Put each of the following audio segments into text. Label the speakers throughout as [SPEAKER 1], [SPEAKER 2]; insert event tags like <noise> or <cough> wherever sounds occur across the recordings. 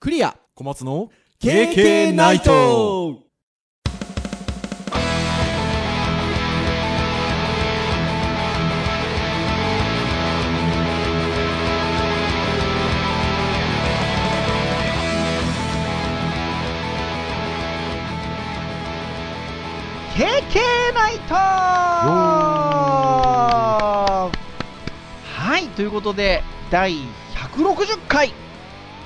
[SPEAKER 1] クリア
[SPEAKER 2] 小松の
[SPEAKER 1] KK ナイト
[SPEAKER 3] はい、ということで、第160回、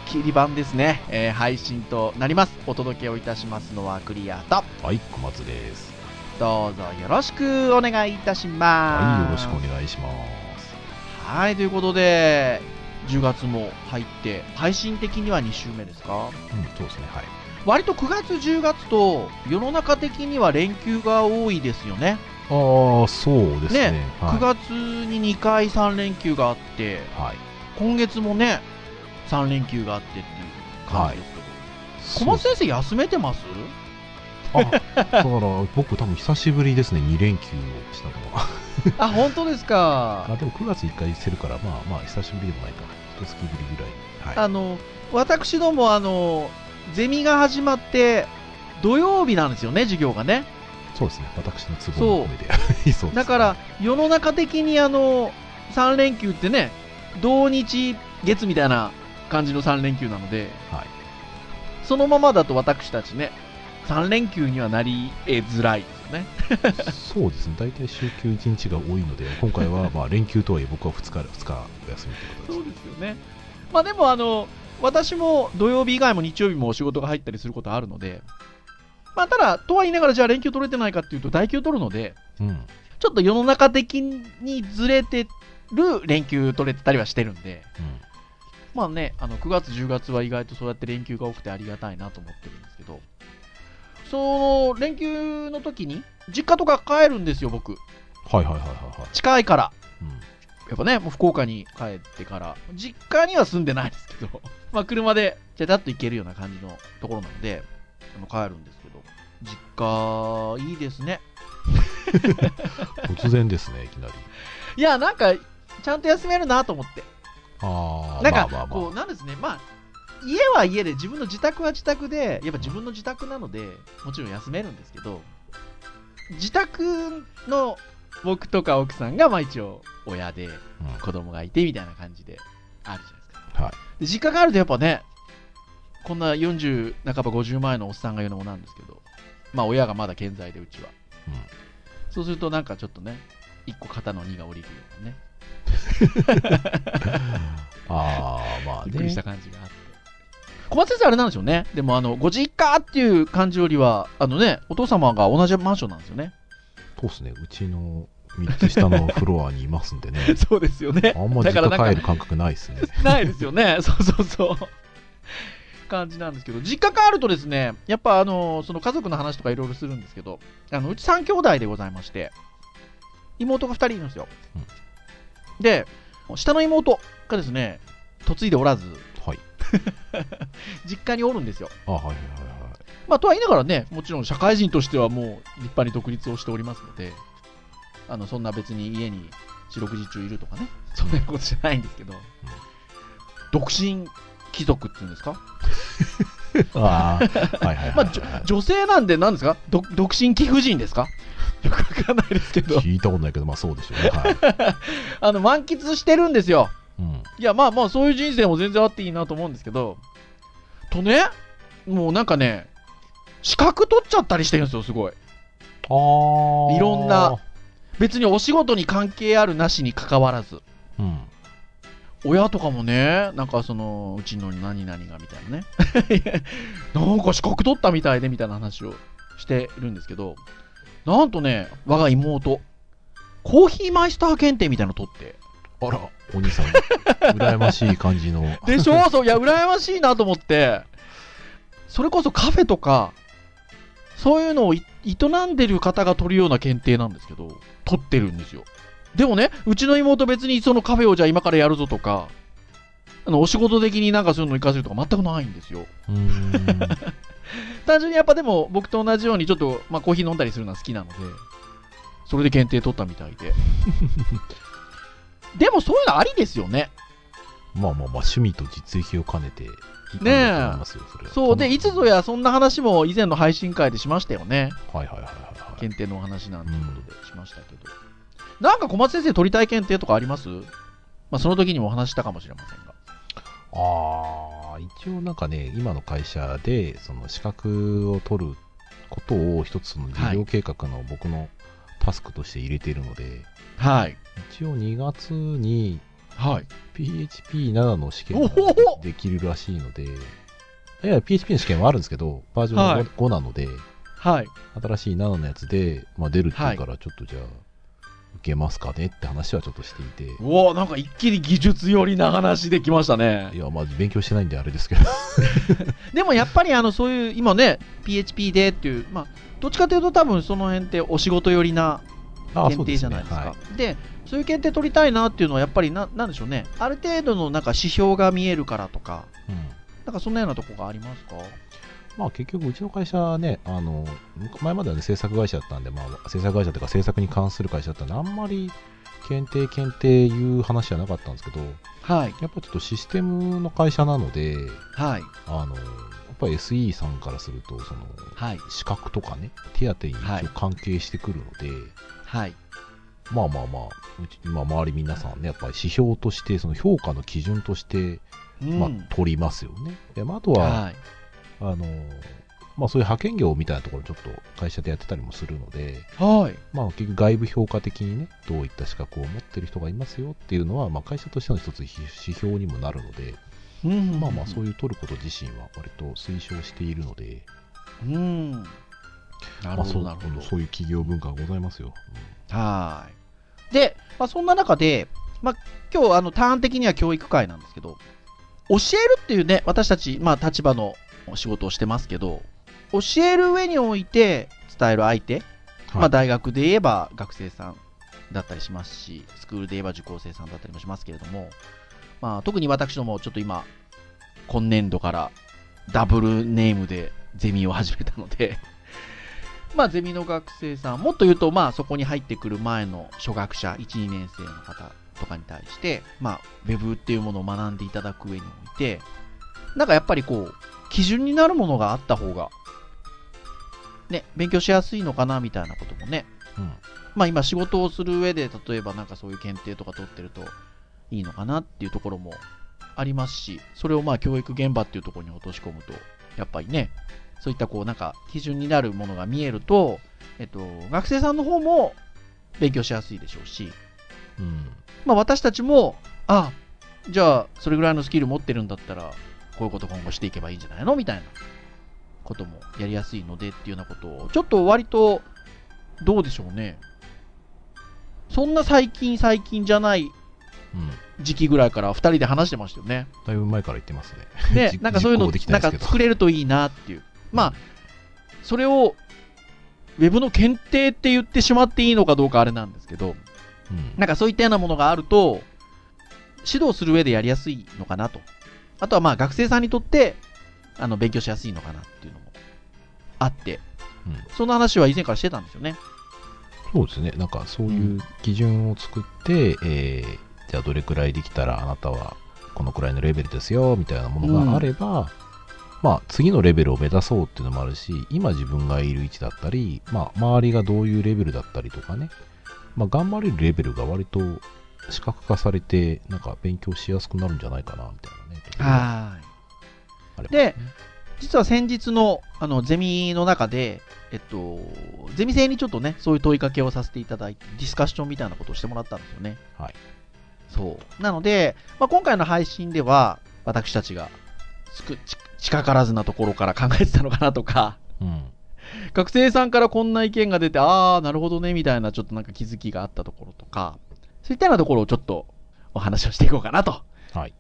[SPEAKER 3] 切り版ですね、えー配信となります。お届けをいたしますのはクリアと、
[SPEAKER 2] はい小松です
[SPEAKER 3] どうぞよろしくお願いいたし
[SPEAKER 2] はいよ
[SPEAKER 3] ま
[SPEAKER 2] ろ
[SPEAKER 3] す。
[SPEAKER 2] しくお願いします
[SPEAKER 3] はい、ということで、10月も入って、配信的には2週目です
[SPEAKER 2] う
[SPEAKER 3] か
[SPEAKER 2] んそうですねはい
[SPEAKER 3] 割と9月、10月と、世の中的には連休が多いですよね。
[SPEAKER 2] ああそうですね
[SPEAKER 3] ね9
[SPEAKER 2] は
[SPEAKER 3] 月に2回3連休があって、
[SPEAKER 2] い、はい、
[SPEAKER 3] 今月もね、3連休があってっていう感じですけど、小松
[SPEAKER 2] そう
[SPEAKER 3] 先生休めてます
[SPEAKER 2] あだから僕多分久しぶりですね2連休をしたのは
[SPEAKER 3] あ、本当ですか。
[SPEAKER 2] あでも9月1回してるからまあまあ久しぶりでもないかな一月ぶりぐらいはい
[SPEAKER 3] あの、私ども、あの、ゼミが始まって、土曜日なんですよね、授業がね。
[SPEAKER 2] そうですね私の都合の目で <laughs> そうですね
[SPEAKER 3] だから、世の中的にあの、3連休ってね、土日月みたいな感じの3連休なので、
[SPEAKER 2] はい
[SPEAKER 3] そのままだと私たちね、3連休にはなりえづらいですよね。
[SPEAKER 2] そうですね、大体週休1日が多いので、今回はまあ連休とはいえ、僕は2日二日お休みということ
[SPEAKER 3] そ
[SPEAKER 2] で
[SPEAKER 3] うですよね。まあでもあの、私も土曜日以外も日曜日もお仕事が入ったりすることあるので、まあただ、とは言いながらじゃあ連休取れてないかっていうと、代休取るので、
[SPEAKER 2] す。うん、
[SPEAKER 3] ちょっと世の中的にずれてる連休取れてたりはしてるんで、まあね、あの9月、10月は意外とそうやって連休が多くてありがたいなと思ってるんですけど、その連休の時に、実家とか帰るんですよ、僕。
[SPEAKER 2] はいはいはいはいはい。
[SPEAKER 3] 近いから。
[SPEAKER 2] うん
[SPEAKER 3] やっぱね、もう福岡に帰ってから、実家には住んでないですけど、 <laughs> まあ車でちゃちゃっと行けるような感じのところなので、あの帰るんですけど、実家、いいですね。
[SPEAKER 2] 突然ですね、いきなり。
[SPEAKER 3] いや、なんか、ちゃんと休めるなと思って。
[SPEAKER 2] ああ、
[SPEAKER 3] なん
[SPEAKER 2] まあ
[SPEAKER 3] か、
[SPEAKER 2] まあま
[SPEAKER 3] こう、なんですね、まあ、家は家で、自分の自宅は自宅で、やっぱ自分の自宅なので、もちろん休めるんですけど、自宅の僕とか奥さんが、まあ一応、親で、
[SPEAKER 2] あ
[SPEAKER 3] 子供がいてみたいな感じで、あるじゃないですか。
[SPEAKER 2] うん。はい。
[SPEAKER 3] で実家があるとやっぱねこんな40半ば50前のおっさんが言うのもなんですけどまあ親がまだ健在でうちは
[SPEAKER 2] うん
[SPEAKER 3] そうするとなんかちょっとね一個肩の荷が下りるようなね
[SPEAKER 2] ああ、まあ
[SPEAKER 3] びっくり
[SPEAKER 2] ね
[SPEAKER 3] した。感じがあって小松先生あれなんですよねでもあのご実家っていう感じよりはあのねお父様が同じマンションなんですよね。
[SPEAKER 2] そうですね、うちの3つ下のフロアにいますんでね
[SPEAKER 3] <laughs> <laughs> そうですよね
[SPEAKER 2] あんま
[SPEAKER 3] だ
[SPEAKER 2] 実
[SPEAKER 3] からなんか
[SPEAKER 2] 家帰る感覚ないですね。
[SPEAKER 3] ないですよね <laughs> そうそうそう感じなんですけど実家帰るとですねやっぱあのその家族の話とかいろいろするんですけどあのうち3兄弟でございまして妹が2人いるんですよ、
[SPEAKER 2] うん
[SPEAKER 3] で下の妹がですね嫁いでおらず
[SPEAKER 2] はい。
[SPEAKER 3] 実家におるんですよ
[SPEAKER 2] あはいはいはいはい。
[SPEAKER 3] まあとは言いながらねもちろん社会人としてはもう立派に独立をしておりますのであのそんな別に家に四六時中いるとかねそんなことじゃないんですけど、独身貴族っていうんですか
[SPEAKER 2] ああ、はいはいは
[SPEAKER 3] まあ、
[SPEAKER 2] い
[SPEAKER 3] じょ
[SPEAKER 2] はい。
[SPEAKER 3] 女性なんで、なんですかど独身貴婦人ですか <laughs> よくわかんないですけど、
[SPEAKER 2] 聞いたことないけど、まあそうでしょうね。はい。
[SPEAKER 3] あの、満喫してるんですよ。
[SPEAKER 2] うん。
[SPEAKER 3] いや、まあまあ、そういう人生も全然あっていいなと思うんですけど、とね、もうなんかね、資格取っちゃったりしてるんですよ、すご
[SPEAKER 2] あ
[SPEAKER 3] い。
[SPEAKER 2] あ。
[SPEAKER 3] いろんな。別にお仕事に関係あるなしに関わらず。
[SPEAKER 2] うん。
[SPEAKER 3] 親とかもね、なんかその、うちの何々がみたいなね。 <laughs> なんか資格取ったみたいでみたいな話をしてるんですけど、なんとね、我が妹、コーヒーマイスター検定みたいなの取って。
[SPEAKER 2] あら、お兄さん、羨ましい感じの。
[SPEAKER 3] <laughs> でしょそう、いや、羨ましいなと思って、それこそカフェとか、そういうのをい営んでる方が取るような検定なんですけど、取ってるんですよ。でもね、うちの妹別にそのカフェをじゃあ今からやるぞとか、あの、お仕事的になんかそういうの行かせるとか全くないんですよ。
[SPEAKER 2] うーん。
[SPEAKER 3] 単純にやっぱでも僕と同じようにちょっと、まあ、コーヒー飲んだりするのは好きなのでそれで検定取ったみたいででもそういうのありですよね
[SPEAKER 2] まあまあまあ、趣味と実益を兼ねていいか
[SPEAKER 3] ねえ
[SPEAKER 2] なと思いますよ、それは
[SPEAKER 3] そうでいつぞやそんな話も以前の配信会でしましたよね
[SPEAKER 2] はいはいはいはい、はい。
[SPEAKER 3] 検定のお話なんていうことでしましたけど、なんか小松先生取りたい検定とかあります、まあ、その時にもお話ししたかもしれませんが
[SPEAKER 2] ああ、一応なんかね、今の会社で、その資格を取ることを一つの事業計画の僕のタスクとして入れているので、
[SPEAKER 3] はい
[SPEAKER 2] 一応2月に
[SPEAKER 3] はい
[SPEAKER 2] PHP7 の試験が
[SPEAKER 3] おお
[SPEAKER 2] できるらしいので、いや、PHP の試験はあるんですけど、バージョン
[SPEAKER 3] はい
[SPEAKER 2] が 5,、5なので、
[SPEAKER 3] はい
[SPEAKER 2] 新しい7のやつで、まあ、出るっていうから、ちょっとじゃあ、受けますかねって話はちょっとしていて、
[SPEAKER 3] うわなんか一気に技術寄りな話できました
[SPEAKER 2] い
[SPEAKER 3] ね
[SPEAKER 2] や、まあ、勉強してないんであれですけど、
[SPEAKER 3] でもやっぱりあのそういう今ね PHP でっていうまあどっちかというと多分その辺ってお仕事寄りな
[SPEAKER 2] あ
[SPEAKER 3] 検定じゃないですか
[SPEAKER 2] は
[SPEAKER 3] で,、そういう検定取りたいなっていうのはやっぱりななんでしょうねある程度のなんか指標が見えるからとか
[SPEAKER 2] いうん
[SPEAKER 3] なんかそんなようなとこがありますか
[SPEAKER 2] まあ、結局、うちの会社はね、あの前までは、ね、制作会社だったんで、まあ、制作会社というか、制作に関する会社だったんで、あんまり検定、検定いう話はなかったんですけど、
[SPEAKER 3] はい
[SPEAKER 2] やっぱちょっとシステムの会社なので、
[SPEAKER 3] はい
[SPEAKER 2] あのやっぱり SE さんからすると、その
[SPEAKER 3] はい
[SPEAKER 2] 資格とかね、手当に
[SPEAKER 3] はい
[SPEAKER 2] 一応関係してくるので、
[SPEAKER 3] はい
[SPEAKER 2] まあまあまあ、うちまあ、周り皆さんね、やっぱり指標として、その評価の基準として、
[SPEAKER 3] うん
[SPEAKER 2] まあ、取りますよね。でまあ、あとは、
[SPEAKER 3] はい
[SPEAKER 2] あのまあ、そういう派遣業みたいなところちょっと会社でやってたりもするので、
[SPEAKER 3] はい
[SPEAKER 2] まあ、結局外部評価的にねどういった資格を持ってる人がいますよっていうのは、まあ、会社としての一つ指標にもなるので、
[SPEAKER 3] うん
[SPEAKER 2] まあまあそう
[SPEAKER 3] いう
[SPEAKER 2] いう取ること自身は割と推奨しているので
[SPEAKER 3] うんなる
[SPEAKER 2] まあ
[SPEAKER 3] ほ
[SPEAKER 2] そ
[SPEAKER 3] ど
[SPEAKER 2] う
[SPEAKER 3] なるほど
[SPEAKER 2] そういう企業文化がございますよ、
[SPEAKER 3] はい。で、まあ、そんな中で、まあ、今日あのターン的には教育会なんですけど、教えるっていうね、私たち、まあ、立場の仕事をしてますけど、教える上において伝える相手、まあ、大学で言えば学生さんだったりしますし、スクールで言えば受講生さんだったりもしますけれども、まあ、特に私ども、ちょっと今、今年度からダブルネームでゼミを始めたので、 <laughs> まあ、ゼミの学生さん、もっと言うと、まあ、そこに入ってくる前の初学者、1、2年生の方とかに対して、まあ、ウェブっていうものを学んでいただく上において、なんかやっぱりこう、基準になるものがあった方が、ね、勉強しやすいのかな、みたいなこともね、
[SPEAKER 2] うん
[SPEAKER 3] まあ今仕事をする上で例えばなんかそういう検定とか取ってるといいのかなっていうところもありますしそれをまあ教育現場っていうところに落とし込むとやっぱりねそういったこうなんか基準になるものが見えると、えっと、学生さんの方も勉強しやすいでしょうし、
[SPEAKER 2] うん
[SPEAKER 3] まあ、私たちもあじゃあそれぐらいのスキル持ってるんだったらこういうこと今後していけばいいんじゃないのみたいなこともやりやすいのでっていうようなことをちょっと割とどうでしょうねそんな最近最近じゃない
[SPEAKER 2] うん
[SPEAKER 3] 時期ぐらいから2人で話してました
[SPEAKER 2] <laughs>
[SPEAKER 3] よね。
[SPEAKER 2] だいぶ前から言ってますね
[SPEAKER 3] ね
[SPEAKER 2] 実、
[SPEAKER 3] なんかそういうの
[SPEAKER 2] 実行できてな
[SPEAKER 3] ないん
[SPEAKER 2] ですけど
[SPEAKER 3] か作れるといいなっていう。まあ、それをウェブの検定って言ってしまっていいのかどうかあれなんですけど、
[SPEAKER 2] うん
[SPEAKER 3] なんかそういったようなものがあると、指導する上でやりやすいのかなと。あとはまあ学生さんにとって、あの、勉強しやすいのかなっていうのもあって、
[SPEAKER 2] うん
[SPEAKER 3] その話は以前からしてたんですよね。
[SPEAKER 2] そうですねなんかそういう基準を作って、えーじゃあどれくらいできたらあなたはこのくらいのレベルですよみたいなものがあれば、まあ、次のレベルを目指そうっていうのもあるし今自分がいる位置だったり、まあ、周りがどういうレベルだったりとかね、まあ、頑張れるレベルが割と視覚化されてなんか勉強しやすくなるんじゃないかなみたいなねところが
[SPEAKER 3] は
[SPEAKER 2] あれば
[SPEAKER 3] で実は先日の、あの、ゼミの中で、えっと、ゼミ生にちょっとね、そういう問いかけをさせていただいて、ディスカッションみたいなことをしてもらったんですよね。
[SPEAKER 2] はい
[SPEAKER 3] そう。なので、まあ、今回の配信では、私たちが、つく、ち近からずなところから考えてたのかなとか、
[SPEAKER 2] うん
[SPEAKER 3] 学生さんからこんな意見が出て、ああ、なるほどね、みたいな、ちょっとなんか気づきがあったところとか、そういったようなところをちょっとお話をしていこうかなと。
[SPEAKER 2] はい。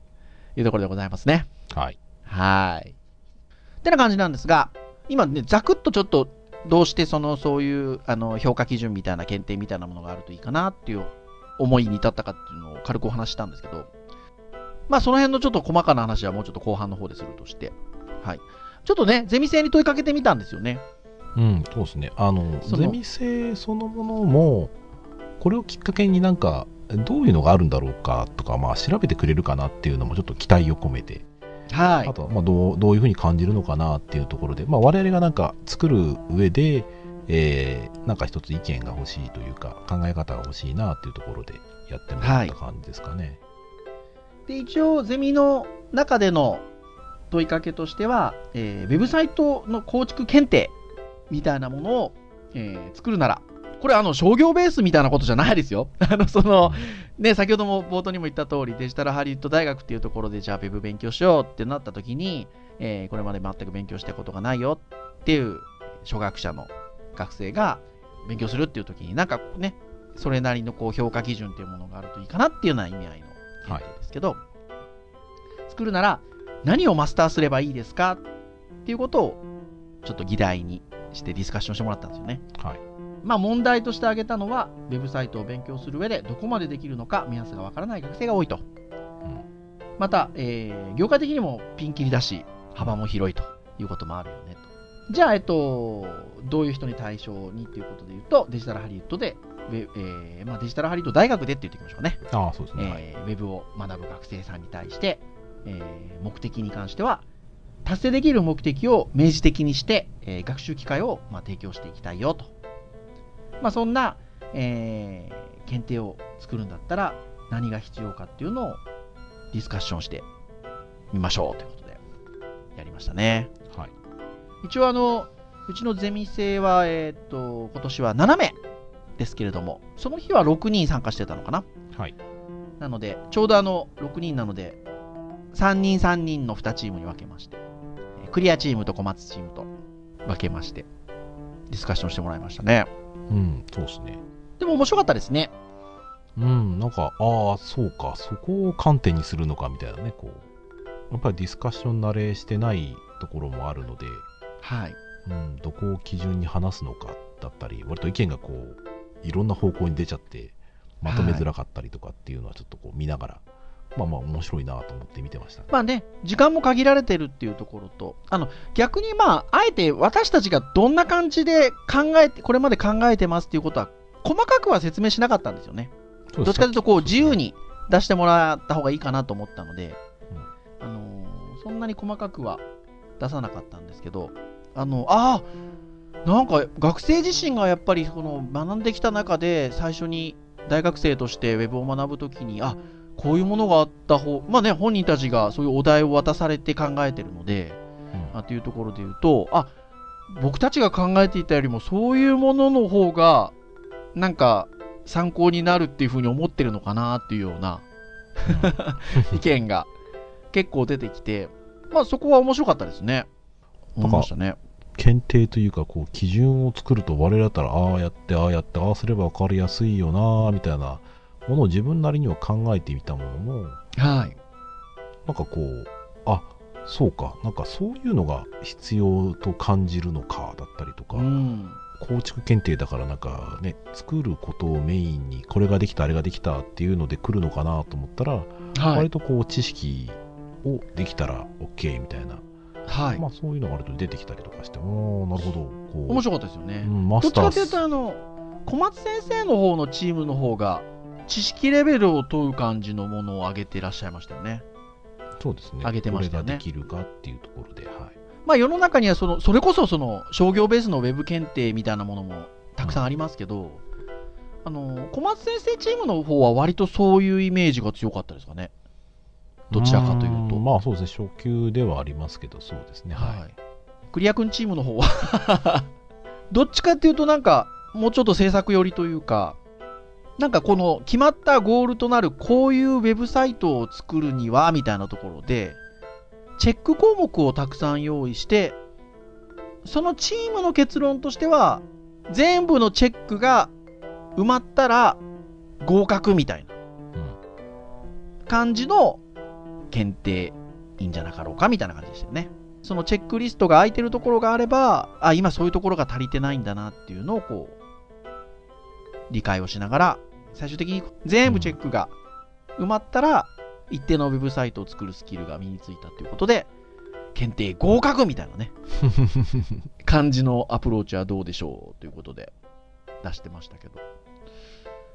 [SPEAKER 3] いうところでございますね。
[SPEAKER 2] はい
[SPEAKER 3] はーい。ってな感じなんですが、今ね、ざくっとちょっと、どうしてその、そういう、あの、評価基準みたいな検定みたいなものがあるといいかなっていう思いに至ったかっていうのを軽くお話ししたんですけど、まあ、その辺のちょっと細かな話はもうちょっと後半の方でするとして、はい。ちょっとね、ゼミ生に問いかけてみたんですよね。
[SPEAKER 2] うん、そうですね。あの、
[SPEAKER 3] その
[SPEAKER 2] ゼミ生そのものも、これをきっかけになんか、どういうのがあるんだろうかとか、まあ、調べてくれるかなっていうのもちょっと期待を込めて、
[SPEAKER 3] はい
[SPEAKER 2] あ。とはまあどうどういうふうに感じるのかなっていうところで、まあ、我々がなんか作る上で、えーなんか一つ意見が欲しいというか考え方が欲しいなっていうところでやってもらった感じですかね。
[SPEAKER 3] で一応ゼミの中での問いかけとしては、えーウェブサイトの構築検定みたいなものを、えー作るならこれあの商業ベースみたいなことじゃないですよ <laughs> あのそのね先ほども冒頭にも言った通りデジタルハリウッド大学っていうところでじゃあウェブ勉強しようってなった時に、えーこれまで全く勉強したことがないよっていう初学者の学生が勉強するっていう時になんかねそれなりのこう評価基準っていうものがあるといいかなっていうような意味合いの
[SPEAKER 2] はい
[SPEAKER 3] ですけど、作るなら何をマスターすればいいですかっていうことをちょっと議題にしてディスカッションしてもらったんですよね。
[SPEAKER 2] はい
[SPEAKER 3] まあ問題として挙げたのは、ウェブサイトを勉強する上でどこまでできるのか目安がわからない学生が多いと。また、えー業界的にもピンキリだし、幅も広いということもあるよねと。じゃあ、えっと、どういう人に対象にっていうことで言うと、デジタルハリウッドで、ウェえーまあ、デジタルハリウッド大学でって言っていきましょうね。
[SPEAKER 2] ああそうですね、はい
[SPEAKER 3] えーウェブを学ぶ学生さんに対して、えー目的に関しては達成できる目的を明示的にして、えー学習機会を、まあ、提供していきたいよと、まあ、そんな、えー検定を作るんだったら何が必要かっていうのをディスカッションしてみましょうということでやりましたね
[SPEAKER 2] はい
[SPEAKER 3] 一応あのうちのゼミ生は、えーっと今年は7名ですけれどもその日は6人参加してたのかな
[SPEAKER 2] はい
[SPEAKER 3] なので、ちょうどあの、6人なので、3人3人の2チームに分けまして、えークリアチームと小松チームと分けまして、ディスカッションしてもらいましたね。
[SPEAKER 2] うんそうですね。
[SPEAKER 3] でも面白かったですね。
[SPEAKER 2] うん、なんか、ああ、そうか、そこを観点にするのかみたいなね、こう、やっぱりディスカッション慣れしてないところもあるので、
[SPEAKER 3] はい。
[SPEAKER 2] うん、どこを基準に話すのかだったり、割と意見がこう、いろんな方向に出ちゃって、まとめづらかったりとかっていうのは、ちょっとこう見ながら、まあまあ、面白いなと思って見てました。
[SPEAKER 3] まあね、時間も限られてるっていうところと、あの、逆にまあ、あえて私たちがどんな感じで考えて、これまで考えてますっていうことは、細かくは説明しなかったんですよね。どっちかというとこう自由に出してもらった方がいいかなと思ったので、あのーそんなに細かくは出さなかったんですけどあのあーなんか学生自身がやっぱりこの学んできた中で最初に大学生としてウェブを学ぶときにあこういうものがあった方まあね本人たちがそういうお題を渡されて考えてるので、
[SPEAKER 2] うん
[SPEAKER 3] あというところで言うとあ僕たちが考えていたよりもそういうものの方がなんか参考になるっていうふうに思ってるのかなっていうような意見が結構出てきてまあそこは面白かったですね。思いましたね。
[SPEAKER 2] 検定というか、こう、基準を作ると、我々だったら、ああやって、ああやって、ああすれば分かりやすいよな、みたいなものを自分なりには考えてみたものの、
[SPEAKER 3] はい。
[SPEAKER 2] なんかこう、あそうか、なんかそういうのが必要と感じるのかだったりとか、
[SPEAKER 3] うん。
[SPEAKER 2] 構築検定だからなんかね、作ることをメインに、これができた、あれができたっていうので来るのかなと思ったら、
[SPEAKER 3] は
[SPEAKER 2] 割
[SPEAKER 3] い。
[SPEAKER 2] とこう、知識をできたら OK みたいな、
[SPEAKER 3] はい。
[SPEAKER 2] まあそういうのが割と出てきたりとかして、おーなるほど、こう、
[SPEAKER 3] 面白かったですよね。
[SPEAKER 2] うんマ
[SPEAKER 3] どっ
[SPEAKER 2] ス
[SPEAKER 3] ち
[SPEAKER 2] タ
[SPEAKER 3] か
[SPEAKER 2] ー
[SPEAKER 3] という
[SPEAKER 2] ス
[SPEAKER 3] と、あの、小松先生の方のチームの方が、知識レベルを問う感じのものを上げてらっしゃいましたよね。
[SPEAKER 2] そうですね、
[SPEAKER 3] 上げてましたよね
[SPEAKER 2] これができるかっていうところで、はい。
[SPEAKER 3] まあ、世の中にはそのそれこそその商業ベースのウェブ検定みたいなものもたくさんありますけど、あの小松先生チームの方は割とそういうイメージが強かったですかね。どちらかというと
[SPEAKER 2] ーんまあそうですね、初級ではありますけど、そうですね、はい。
[SPEAKER 3] い、クリア君チームの方は <laughs> どっちかっていうとなんかもうちょっと制作寄りというかなんかこの決まったゴールとなるこういうウェブサイトを作るにはみたいなところでチェック項目をたくさん用意してそのチームの結論としては全部のチェックが埋まったら合格みたいな感じの検定いいんじゃなかろうかみたいな感じでしたよね。そのチェックリストが空いてるところがあれば、あ、今そういうところが足りてないんだなっていうのをこう、理解をしながら、最終的に全部チェックが埋まったら、一定のウェブサイトを作るスキルが身についたということで、検定合格みたいなね、感じのアプローチはどうでしょうということで出してましたけど。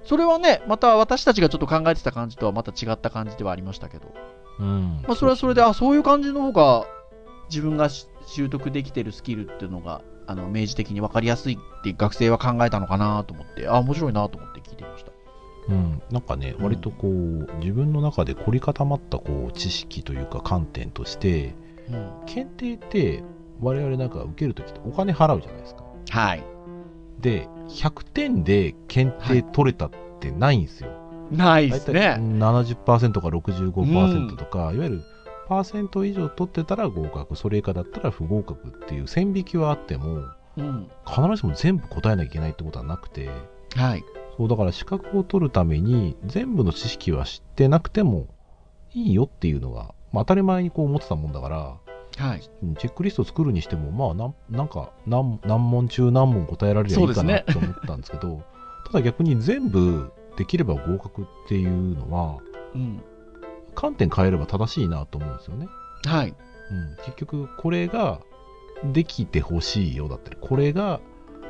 [SPEAKER 3] それはね、また私たちがちょっと考えてた感じとはまた違った感じではありましたけど、
[SPEAKER 2] うん
[SPEAKER 3] まあ、それはそれで、あ、そういう感じの方が、自分がし習得できてるスキルっていうのが、あの、明示的に分かりやすいって学生は考えたのかなと思って、あ、面白いなと思って聞いてました。
[SPEAKER 2] うん、なんかね、割とこう、自分の中で凝り固まったこう知識というか観点として、
[SPEAKER 3] うん。
[SPEAKER 2] 検定って我々なんか受けるときってお金払うじゃないですか。
[SPEAKER 3] はい。
[SPEAKER 2] で、100点で検定取れたってないんですよ。
[SPEAKER 3] ないで
[SPEAKER 2] 大
[SPEAKER 3] す
[SPEAKER 2] 体
[SPEAKER 3] ね。
[SPEAKER 2] 70%か
[SPEAKER 3] うん
[SPEAKER 2] 65%とか、いわゆるパーセント以上取ってたら合格、それ以下だったら不合格っていう線引きはあっても、
[SPEAKER 3] うん。
[SPEAKER 2] 必ずしも全部答えなきゃいけないってことはなくて、
[SPEAKER 3] はい。
[SPEAKER 2] そうだから資格を取るために全部の知識は知ってなくてもいいよっていうのが、まあ、当たり前にこう思ってたもんだから
[SPEAKER 3] はい。
[SPEAKER 2] うんチェックリスト作るにしてもまあなんなんか何何問中何問答えられればいい
[SPEAKER 3] そ
[SPEAKER 2] か
[SPEAKER 3] うで
[SPEAKER 2] な
[SPEAKER 3] すね
[SPEAKER 2] って思ったんですけど <laughs> ただ逆に全部できれば合格っていうのは
[SPEAKER 3] うん。
[SPEAKER 2] 観点変えれば正しいなと思うんですよね。
[SPEAKER 3] はい。
[SPEAKER 2] うん、結局これができてほしいよだったりこれが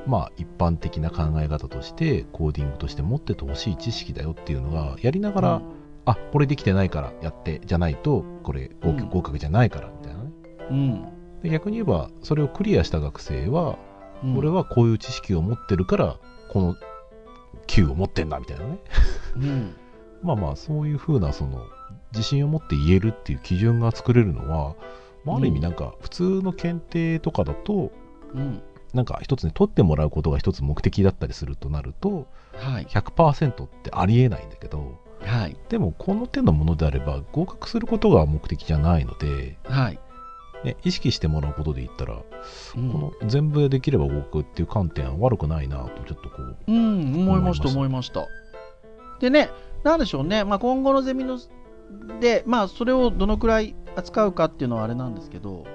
[SPEAKER 2] まあ一般的な考え方としてコーディングとして持っててほしい知識だよっていうのがやりながら、あこれできてないからやってじゃないとこれ合
[SPEAKER 3] うん
[SPEAKER 2] 格合格じゃないからみたいなね、
[SPEAKER 3] うん。
[SPEAKER 2] で逆に言えばそれをクリアした学生は、
[SPEAKER 3] うん。
[SPEAKER 2] 俺はこういう知識を持ってるからこの級を持ってんだみたいなね
[SPEAKER 3] うん。
[SPEAKER 2] まあまあそういうふうなその自信を持って言えるっていう基準が作れるのは、まあ、ある意味なんか普通の検定とかだと
[SPEAKER 3] うん。
[SPEAKER 2] なんか一つね取ってもらうことが一つ目的だったりするとなると
[SPEAKER 3] はい。
[SPEAKER 2] 100%ってありえないんだけど
[SPEAKER 3] はい。
[SPEAKER 2] でもこの手のものであれば合格することが目的じゃないので、
[SPEAKER 3] はい。
[SPEAKER 2] ね、意識してもらうことで言ったら、
[SPEAKER 3] うん
[SPEAKER 2] この全部できれば合格っていう観点は悪くないなとちょっとこう
[SPEAKER 3] うん、思いました、思
[SPEAKER 2] 思
[SPEAKER 3] いました。でね、なんでしょうね、まあ、今後のゼミので、まあ、それをどのくらい扱うかっていうのはあれなんですけど、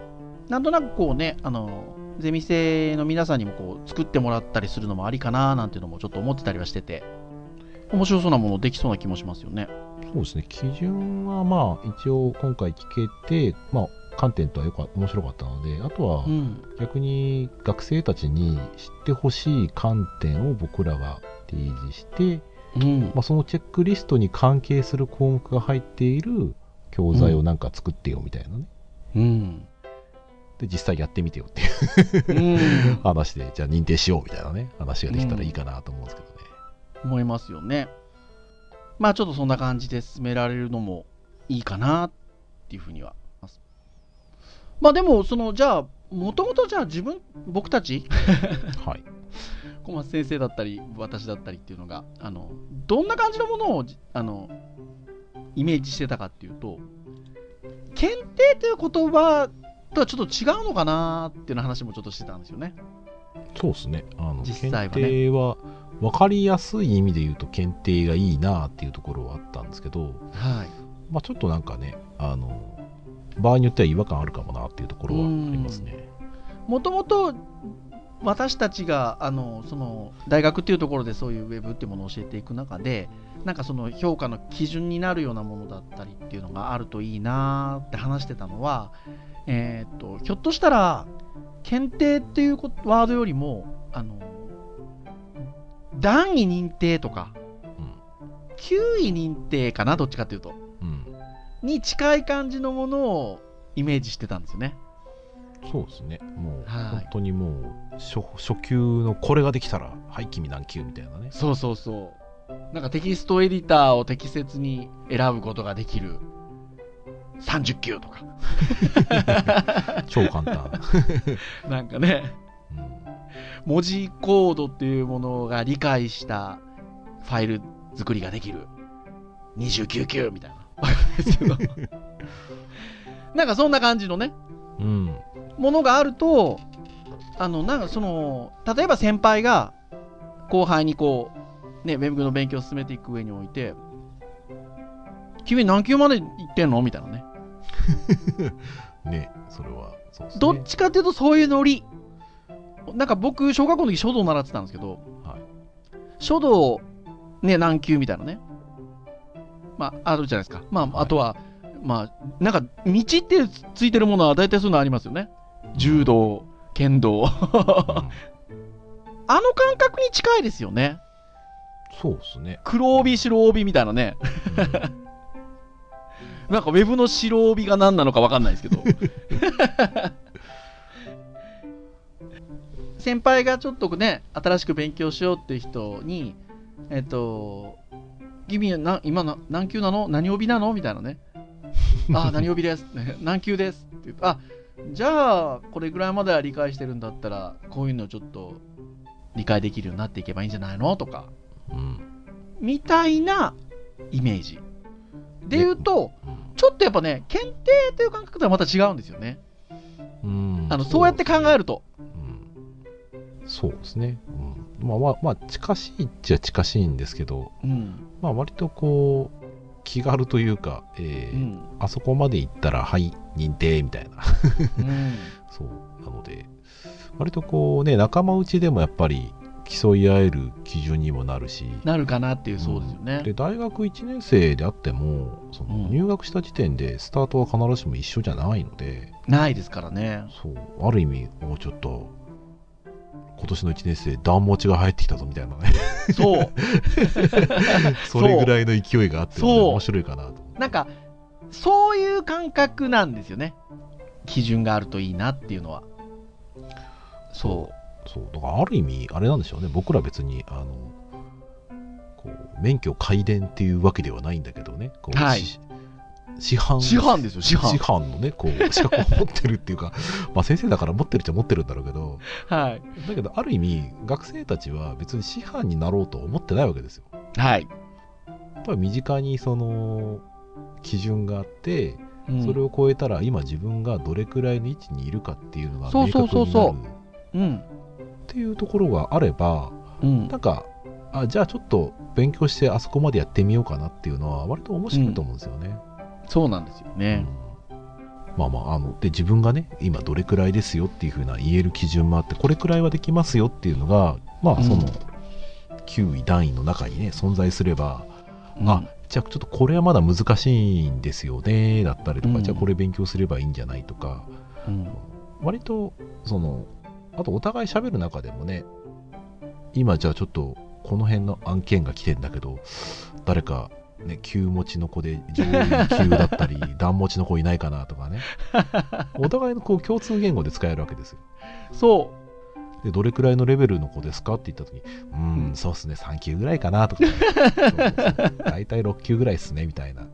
[SPEAKER 3] なんとなくこうね、あの、ゼミ生の皆さんにもこう作ってもらったりするのもありかななんていうのもちょっと思ってたりはしてて、面白そうなものできそうな気もしますよね。
[SPEAKER 2] そうですね基準はまあ一応今回聞けて、まあ、観点とはよく面白かったのであとは
[SPEAKER 3] うん。
[SPEAKER 2] 逆に学生たちに知ってほしい観点を僕らが提示して、
[SPEAKER 3] うん
[SPEAKER 2] ま。あ、そのチェックリストに関係する項目が入っている教材をなんか作ってよみたいなね、
[SPEAKER 3] うん。
[SPEAKER 2] で実際やってみてよっていう
[SPEAKER 3] うん、
[SPEAKER 2] 話でじゃあ認定しようみたいなね話ができたらいいかなと思うんですけどね、
[SPEAKER 3] 思いますよね。まあ、ちょっとそんな感じで進められるのもいいかなっていうふうには思います。まあでも、その、じゃあ、もともとじゃあ自分、僕たち、
[SPEAKER 2] はい
[SPEAKER 3] 小松先生だったり、私だったりっていうのが、あの、どんな感じのものをじ、あの、イメージしてたかっていうと、検定という言葉とはちょっと違うのかなっていうような話もちょっとしてたんですよね。
[SPEAKER 2] そうですねあの
[SPEAKER 3] 実際はね
[SPEAKER 2] 検定は分かりやすい意味で言うと検定がいいなっていうところはあったんですけど、
[SPEAKER 3] はい。
[SPEAKER 2] まあ、ちょっとなんかねあの場合によっては違和感あるかもなっていうところはありますね、
[SPEAKER 3] もともと私たちがあのその大学っていうところでそういうウェブっていうものを教えていく中でなんかその評価の基準になるようなものだったりっていうのがあるといいなーって話してたのは、えーっとひょっとしたら検定っていうこワードよりもあの段位認定とか9位認定かなどっちかっていうと
[SPEAKER 2] うん
[SPEAKER 3] に近い感じのものをイメージしてたんですよね。
[SPEAKER 2] そうですねもう、
[SPEAKER 3] はい
[SPEAKER 2] 本当にもう初初級のこれができたらはい君何級みたい
[SPEAKER 3] <laughs>
[SPEAKER 2] なね
[SPEAKER 3] そうそうそう。なんかテキストエディターを適切に選ぶことができる30級とか。
[SPEAKER 2] 超簡単、
[SPEAKER 3] なんかね、 <laughs>
[SPEAKER 2] うん
[SPEAKER 3] 文字コードっていうものが理解したファイル作りができる29級みたいな。 <laughs> わかんないですけど。なんかそんな感じのね、
[SPEAKER 2] うん、
[SPEAKER 3] ものがあると、あの、なんかその、例えば先輩が後輩にこう、ね、ウェブの勉強を進めていく上において、君何級まで行ってんのみたいなね。
[SPEAKER 2] ねそれはそうですね
[SPEAKER 3] どっちかっていうとそういうノリ。なんか僕、小学校の時書道習ってたんですけど、
[SPEAKER 2] はい
[SPEAKER 3] 書道、ね、何級みたいなね。まあ、あるじゃないですか。まあ、
[SPEAKER 2] はい
[SPEAKER 3] あとは、まあ、なんか、道ってついてるものは大体そういうのありますよね。柔道、剣道。
[SPEAKER 2] うん
[SPEAKER 3] あの感覚に近いですよね。
[SPEAKER 2] そうですね。
[SPEAKER 3] 黒帯白帯みたいなね
[SPEAKER 2] うん
[SPEAKER 3] なんかウェブの白帯が何なのか分かんないですけど先輩がちょっとね新しく勉強しようっていう人にえっと「君な今な何級なの何帯なの?」みたいなね「あ何帯です <laughs> 何級です」って言うあじゃあこれぐらいまでは理解してるんだったらこういうのちょっと理解できるようになっていけばいいんじゃないのとか
[SPEAKER 2] うん
[SPEAKER 3] みたいなイメージで言うと、
[SPEAKER 2] うん
[SPEAKER 3] ちょっとやっぱね、検定という感覚とはまた違うんですよね。
[SPEAKER 2] うん
[SPEAKER 3] <laughs> あのそうやって考えると。
[SPEAKER 2] うんそうですね、うん、まあまあまあ近しいっちゃ近しいんですけど
[SPEAKER 3] うん。
[SPEAKER 2] まあ割とこう気軽というか、えー
[SPEAKER 3] うん。
[SPEAKER 2] あそこまで行ったらはい認定みたいな <laughs>
[SPEAKER 3] うん。
[SPEAKER 2] そうなので割とこうね仲間内でもやっぱり競い合える基準にもなるし
[SPEAKER 3] <laughs> なるかなっていう、そうですよね。
[SPEAKER 2] で大学1年生であってもその
[SPEAKER 3] うん
[SPEAKER 2] 入学した時点でスタートは必ずしも一緒じゃないので、
[SPEAKER 3] ないですからね。
[SPEAKER 2] そうある意味もうちょっと今年の1年生段持ちが入ってきたぞみたいなね
[SPEAKER 3] <laughs> そう。
[SPEAKER 2] それぐらいの勢いがあってもね
[SPEAKER 3] そう
[SPEAKER 2] 面白いかなと
[SPEAKER 3] なんか、そういう感覚なんですよね。基準があるといいなっていうのは。そ
[SPEAKER 2] そうだからある意味あれなんでしょうね僕ら別にあのこう免許改伝っていうわけではないんだけどねこう、
[SPEAKER 3] はい
[SPEAKER 2] し市販
[SPEAKER 3] う。師範ですよ、師範
[SPEAKER 2] 師。範のねこう資格を持ってるっていうか <laughs> まあ先生だから持ってるっちゃ持ってるんだろうけど
[SPEAKER 3] は
[SPEAKER 2] だけどある意味学生たちは別に師範になろうとは思ってないわけですよ
[SPEAKER 3] い。はい。
[SPEAKER 2] やっぱり身近にその基準があって、
[SPEAKER 3] うん
[SPEAKER 2] それを超えたら今自分がどれくらいの位置にいるかっていうのが
[SPEAKER 3] そう
[SPEAKER 2] 明確
[SPEAKER 3] そ
[SPEAKER 2] に
[SPEAKER 3] う
[SPEAKER 2] な
[SPEAKER 3] そ
[SPEAKER 2] る
[SPEAKER 3] うそううん。
[SPEAKER 2] っていうところがあれば
[SPEAKER 3] うん
[SPEAKER 2] な。んかあじゃあちょっと勉強してあそこまでやってみようかなっていうのは割と面白いと思うんですよね。
[SPEAKER 3] そうなんですよ
[SPEAKER 2] うん
[SPEAKER 3] ね。
[SPEAKER 2] まあまああので自分がね今どれくらいですよっていうふうな言える基準もあってこれくらいはできますよっていうのがまあその
[SPEAKER 3] うん
[SPEAKER 2] 9位段位の中にね存在すれば
[SPEAKER 3] うん
[SPEAKER 2] あじゃあちょっとこれはまだ難しいんですよねだったりとか、
[SPEAKER 3] うん
[SPEAKER 2] じゃあこれ勉強すればいいんじゃないとか
[SPEAKER 3] うん。
[SPEAKER 2] 割とそのあとお互い喋る中でもね今じゃあちょっとこの辺の案件が来てんだけど誰かね旧持ちの子で上位級だった
[SPEAKER 3] <laughs>
[SPEAKER 2] り段持ちの子いないかなとかねお互いのこう共通言語で使えるわけですよ
[SPEAKER 3] そ
[SPEAKER 2] でどれくらいのレベルの子ですかって言った時うー
[SPEAKER 3] うんん
[SPEAKER 2] そうっすね3級ぐらいかなとか、ね、そうそうそう大体6級ぐらいっすねみたいな
[SPEAKER 3] う。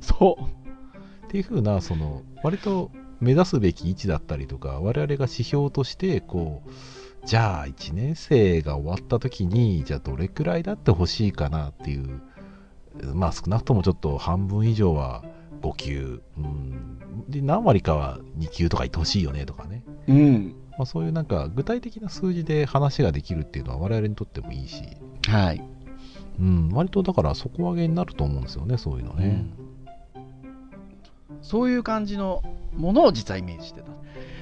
[SPEAKER 3] そう。
[SPEAKER 2] っていう風なその割と目指すべき位置だったりとか我々が指標としてこうじゃあ1年生が終わった時にじゃあどれくらいだってほしいかなっていうまあ少なくともちょっと半分以上は5級うんで何割かは2級とかいってほしいよねとかね、
[SPEAKER 3] うん。
[SPEAKER 2] まあ、そういうなんか具体的な数字で話ができるっていうのは我々にとってもいいし、
[SPEAKER 3] はい。
[SPEAKER 2] うん、割とだから底上げになると思うんですよねそういうのね。
[SPEAKER 3] そういう感じのものを実はイメージしてた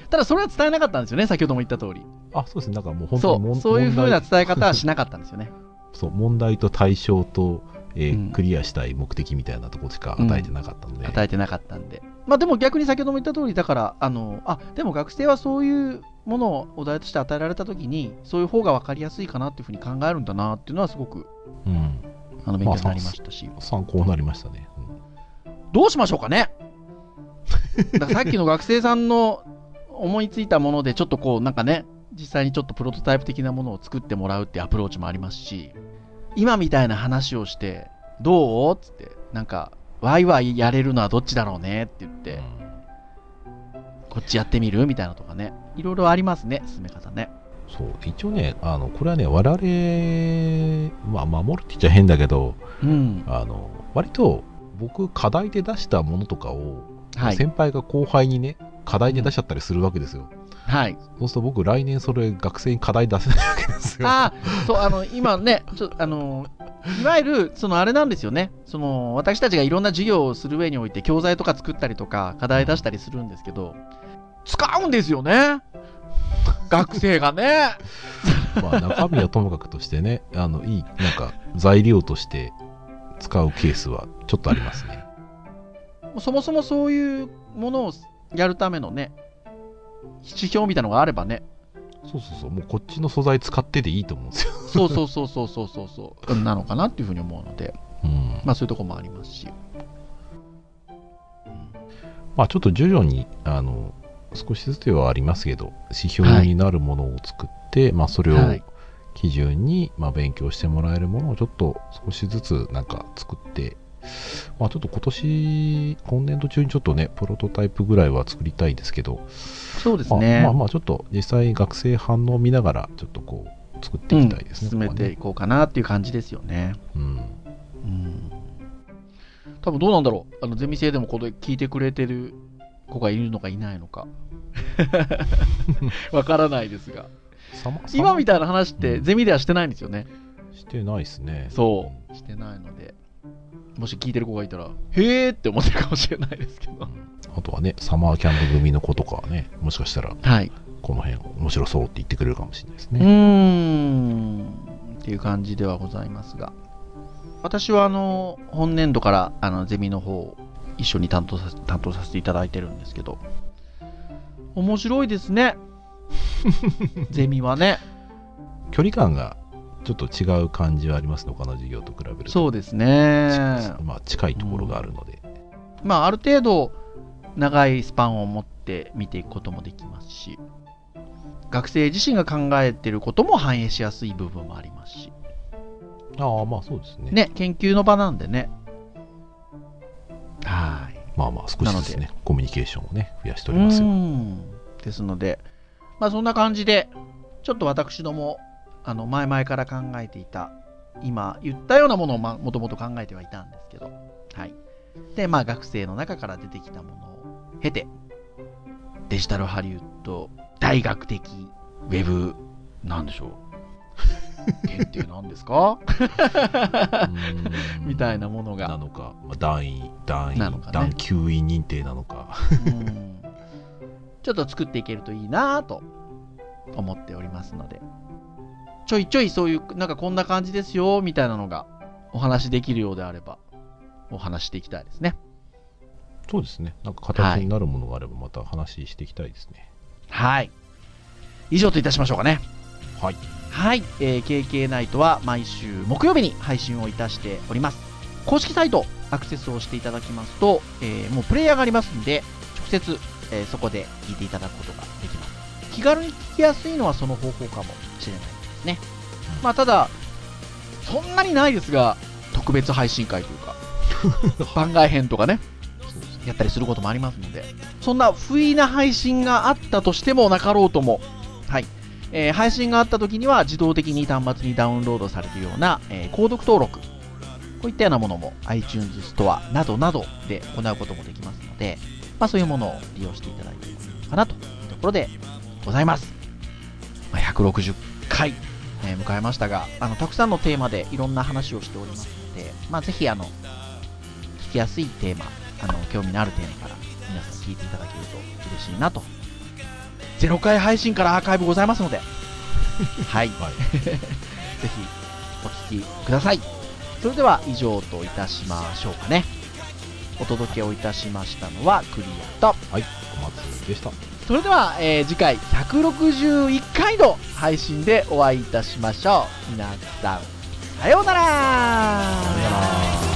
[SPEAKER 3] ただそれは伝えなかったんですよね先ほども言った通り
[SPEAKER 2] あそうですねなんかもう本当
[SPEAKER 3] そ
[SPEAKER 2] にも
[SPEAKER 3] うんそういうふう
[SPEAKER 2] 問題
[SPEAKER 3] な伝え方はしなかったんです
[SPEAKER 2] <laughs>
[SPEAKER 3] よね
[SPEAKER 2] そう問題と対象と、えー
[SPEAKER 3] うん
[SPEAKER 2] クリアしたい目的みたいなとこしか与えてなかったので、
[SPEAKER 3] 与えてなかったんでまあでも逆に先ほども言った通りだからあのあでも学生はそういうものをお題として与えられた時にそういう方が分かりやすいかなっていうふうに考えるんだなっていうのはすごく
[SPEAKER 2] うん、
[SPEAKER 3] あの勉強になりましたし、
[SPEAKER 2] 参考になりましたね、うん
[SPEAKER 3] どうしましょうかねだからさっきの学生さんの思いついたものでちょっとこうなんかね実際にちょっとプロトタイプ的なものを作ってもらうってアプローチもありますし今みたいな話をしてどうっつってなんかワイワイやれるのはどっちだろうねって言ってこっちやってみるみたいなとかねいろいろありますね進め方ね
[SPEAKER 2] そう一応ねあのこれはね我々、まあ、守るって言っちゃ変だけど
[SPEAKER 3] うん
[SPEAKER 2] あの割と僕課題で出したものとかを、
[SPEAKER 3] はい
[SPEAKER 2] 先輩が後輩にね課題で出しちゃったりするわけですよ、
[SPEAKER 3] はい
[SPEAKER 2] そうすると僕来年それ学生に課題出せないわけですよ
[SPEAKER 3] ああ、そう、あの、今ね、ちょあの、いわゆる、そのあれなんですよね。その、私たちがいろんな授業をする上において、教材とか作ったりとか、課題出したりするんですけど、使うんです
[SPEAKER 2] <laughs>
[SPEAKER 3] よね。学生がね。
[SPEAKER 2] まあ、中身はともかくとしてね、あのいい、なんか材料として使うケースはちょっとありますね。
[SPEAKER 3] もうそもそもそういうものをやるためのね、指標みたいなのがあればね、
[SPEAKER 2] そうそうそうもうこっちの素材使ってでいいと思うんですよ、
[SPEAKER 3] そうそうそうそうそうそう
[SPEAKER 2] <laughs>
[SPEAKER 3] そうなのかなっていうふうに思うので、
[SPEAKER 2] うん
[SPEAKER 3] まあ、そういうとこもありますし、
[SPEAKER 2] まあちょっと徐々にあの少しずつではありますけど指標になるものを作って、まあ、それを
[SPEAKER 3] はい
[SPEAKER 2] 基準に、まあ、勉強してもらえるものをちょっと少しずつなんか作って、まあ、ちょっと今年今年度中にちょっとねプロトタイプぐらいは作りたいですけど
[SPEAKER 3] そうです
[SPEAKER 2] まあ
[SPEAKER 3] ね
[SPEAKER 2] まあまあちょっと実際学生反応を見ながらちょっとこう作っていきたいですね。
[SPEAKER 3] 進めてい
[SPEAKER 2] こ
[SPEAKER 3] こうかなっていう感じですよね。
[SPEAKER 2] こはね
[SPEAKER 3] うん多分どうなんだろうあのゼミ生でもこれ聞いてくれてる子がいるのかいない
[SPEAKER 2] <laughs>
[SPEAKER 3] のかわからないですが
[SPEAKER 2] うんさま
[SPEAKER 3] 今み
[SPEAKER 2] さ
[SPEAKER 3] たいな話って
[SPEAKER 2] うん
[SPEAKER 3] ゼミではしてないんですよね、
[SPEAKER 2] ましてないですね。
[SPEAKER 3] そうしてないのでもし聞いてる子がいたらへえって思ってるかもしれないですけど
[SPEAKER 2] あとはね、サマーキャンプ組の子とかはね、もしかしたら
[SPEAKER 3] はい
[SPEAKER 2] この辺面白そうって言ってくれるかもしれないです
[SPEAKER 3] うー
[SPEAKER 2] ね。
[SPEAKER 3] んっていう感じではございますが私はあの本年度からあのゼミの方を一緒に担当させ担当させていただいてるんですけど面白いですねゼミはね
[SPEAKER 2] 距離感がちょっと違う感じはありますね、他の授業と比べると。
[SPEAKER 3] そうですね
[SPEAKER 2] まあ、近いところがあるので。
[SPEAKER 3] まあある程度長いスパンを持って見ていくこともできますし学生自身が考えてることも反映しやすい部分もありますし
[SPEAKER 2] ああ、まあそうですね。
[SPEAKER 3] ね研究の場なんでねはい
[SPEAKER 2] まあまあ少しずつ
[SPEAKER 3] な
[SPEAKER 2] ね、コミュニケーションをね、増やしております
[SPEAKER 3] う
[SPEAKER 2] よ。
[SPEAKER 3] んですので、まあ、そんな感じでちょっと私どもあの前々から考えていた今言ったようなものを、ま、もともと考えてはいたんですけど、はい、で、まあ、学生の中から出てきたものを経てデジタルハリウッド大学的ウェブなんでし <laughs> ょう検定なんですか
[SPEAKER 2] <laughs> うーん
[SPEAKER 3] みたいなものが
[SPEAKER 2] なのか、まあ、団員、団員、
[SPEAKER 3] なのかね
[SPEAKER 2] 団級員認定なのか。
[SPEAKER 3] うんちょっと作っていけるといいなぁと思っておりますので、ちょいちょいそういう、なんかこんな感じですよ、みたいなのがお話できるようであれば、お話していきたいですね。
[SPEAKER 2] そうですね。なんか形になるものがあれば、また話していきたいですね。
[SPEAKER 3] はい。以上といたしましょうかね。
[SPEAKER 2] はい。
[SPEAKER 3] はい、えー KK ナイトは毎週木曜日に配信をいたしております公式サイトアクセスをしていただきますと、えーもうプレイヤーがありますんで直接、えーそこで聞いていただくことができます気軽に聞きやすいのはその方法かもしれないですねまあただそんなにないですが特別配信会というか番外編とかね
[SPEAKER 2] そうですね。
[SPEAKER 3] やったりすることもありますのでそんな不意な配信があったとしてもなかろうとも、はいえー配信があった時には自動的に端末にダウンロードされるような、えー購読登録こういったようなものも iTunes ストアなどなどで行うこともできますので、まあ、そういうものを利用していただいていいのかなというところでございます、まあ、160回、えー迎えましたがあのたくさんのテーマでいろんな話をしておりますので、まあ、ぜひあの聞きやすいテーマあの興味のあるテーマから皆さん聞いていただけると嬉しいなと0回配信からアーカイブございます <laughs> のではい、
[SPEAKER 2] はい
[SPEAKER 3] ぜひお聞きくださいそれでは以上といたしましょうかねお届けをいたしましたのはクリアと
[SPEAKER 2] はい。小松でした。
[SPEAKER 3] それでは、えー次回161回の配信でお会いいたしましょう皆さんさようなら
[SPEAKER 2] さよなら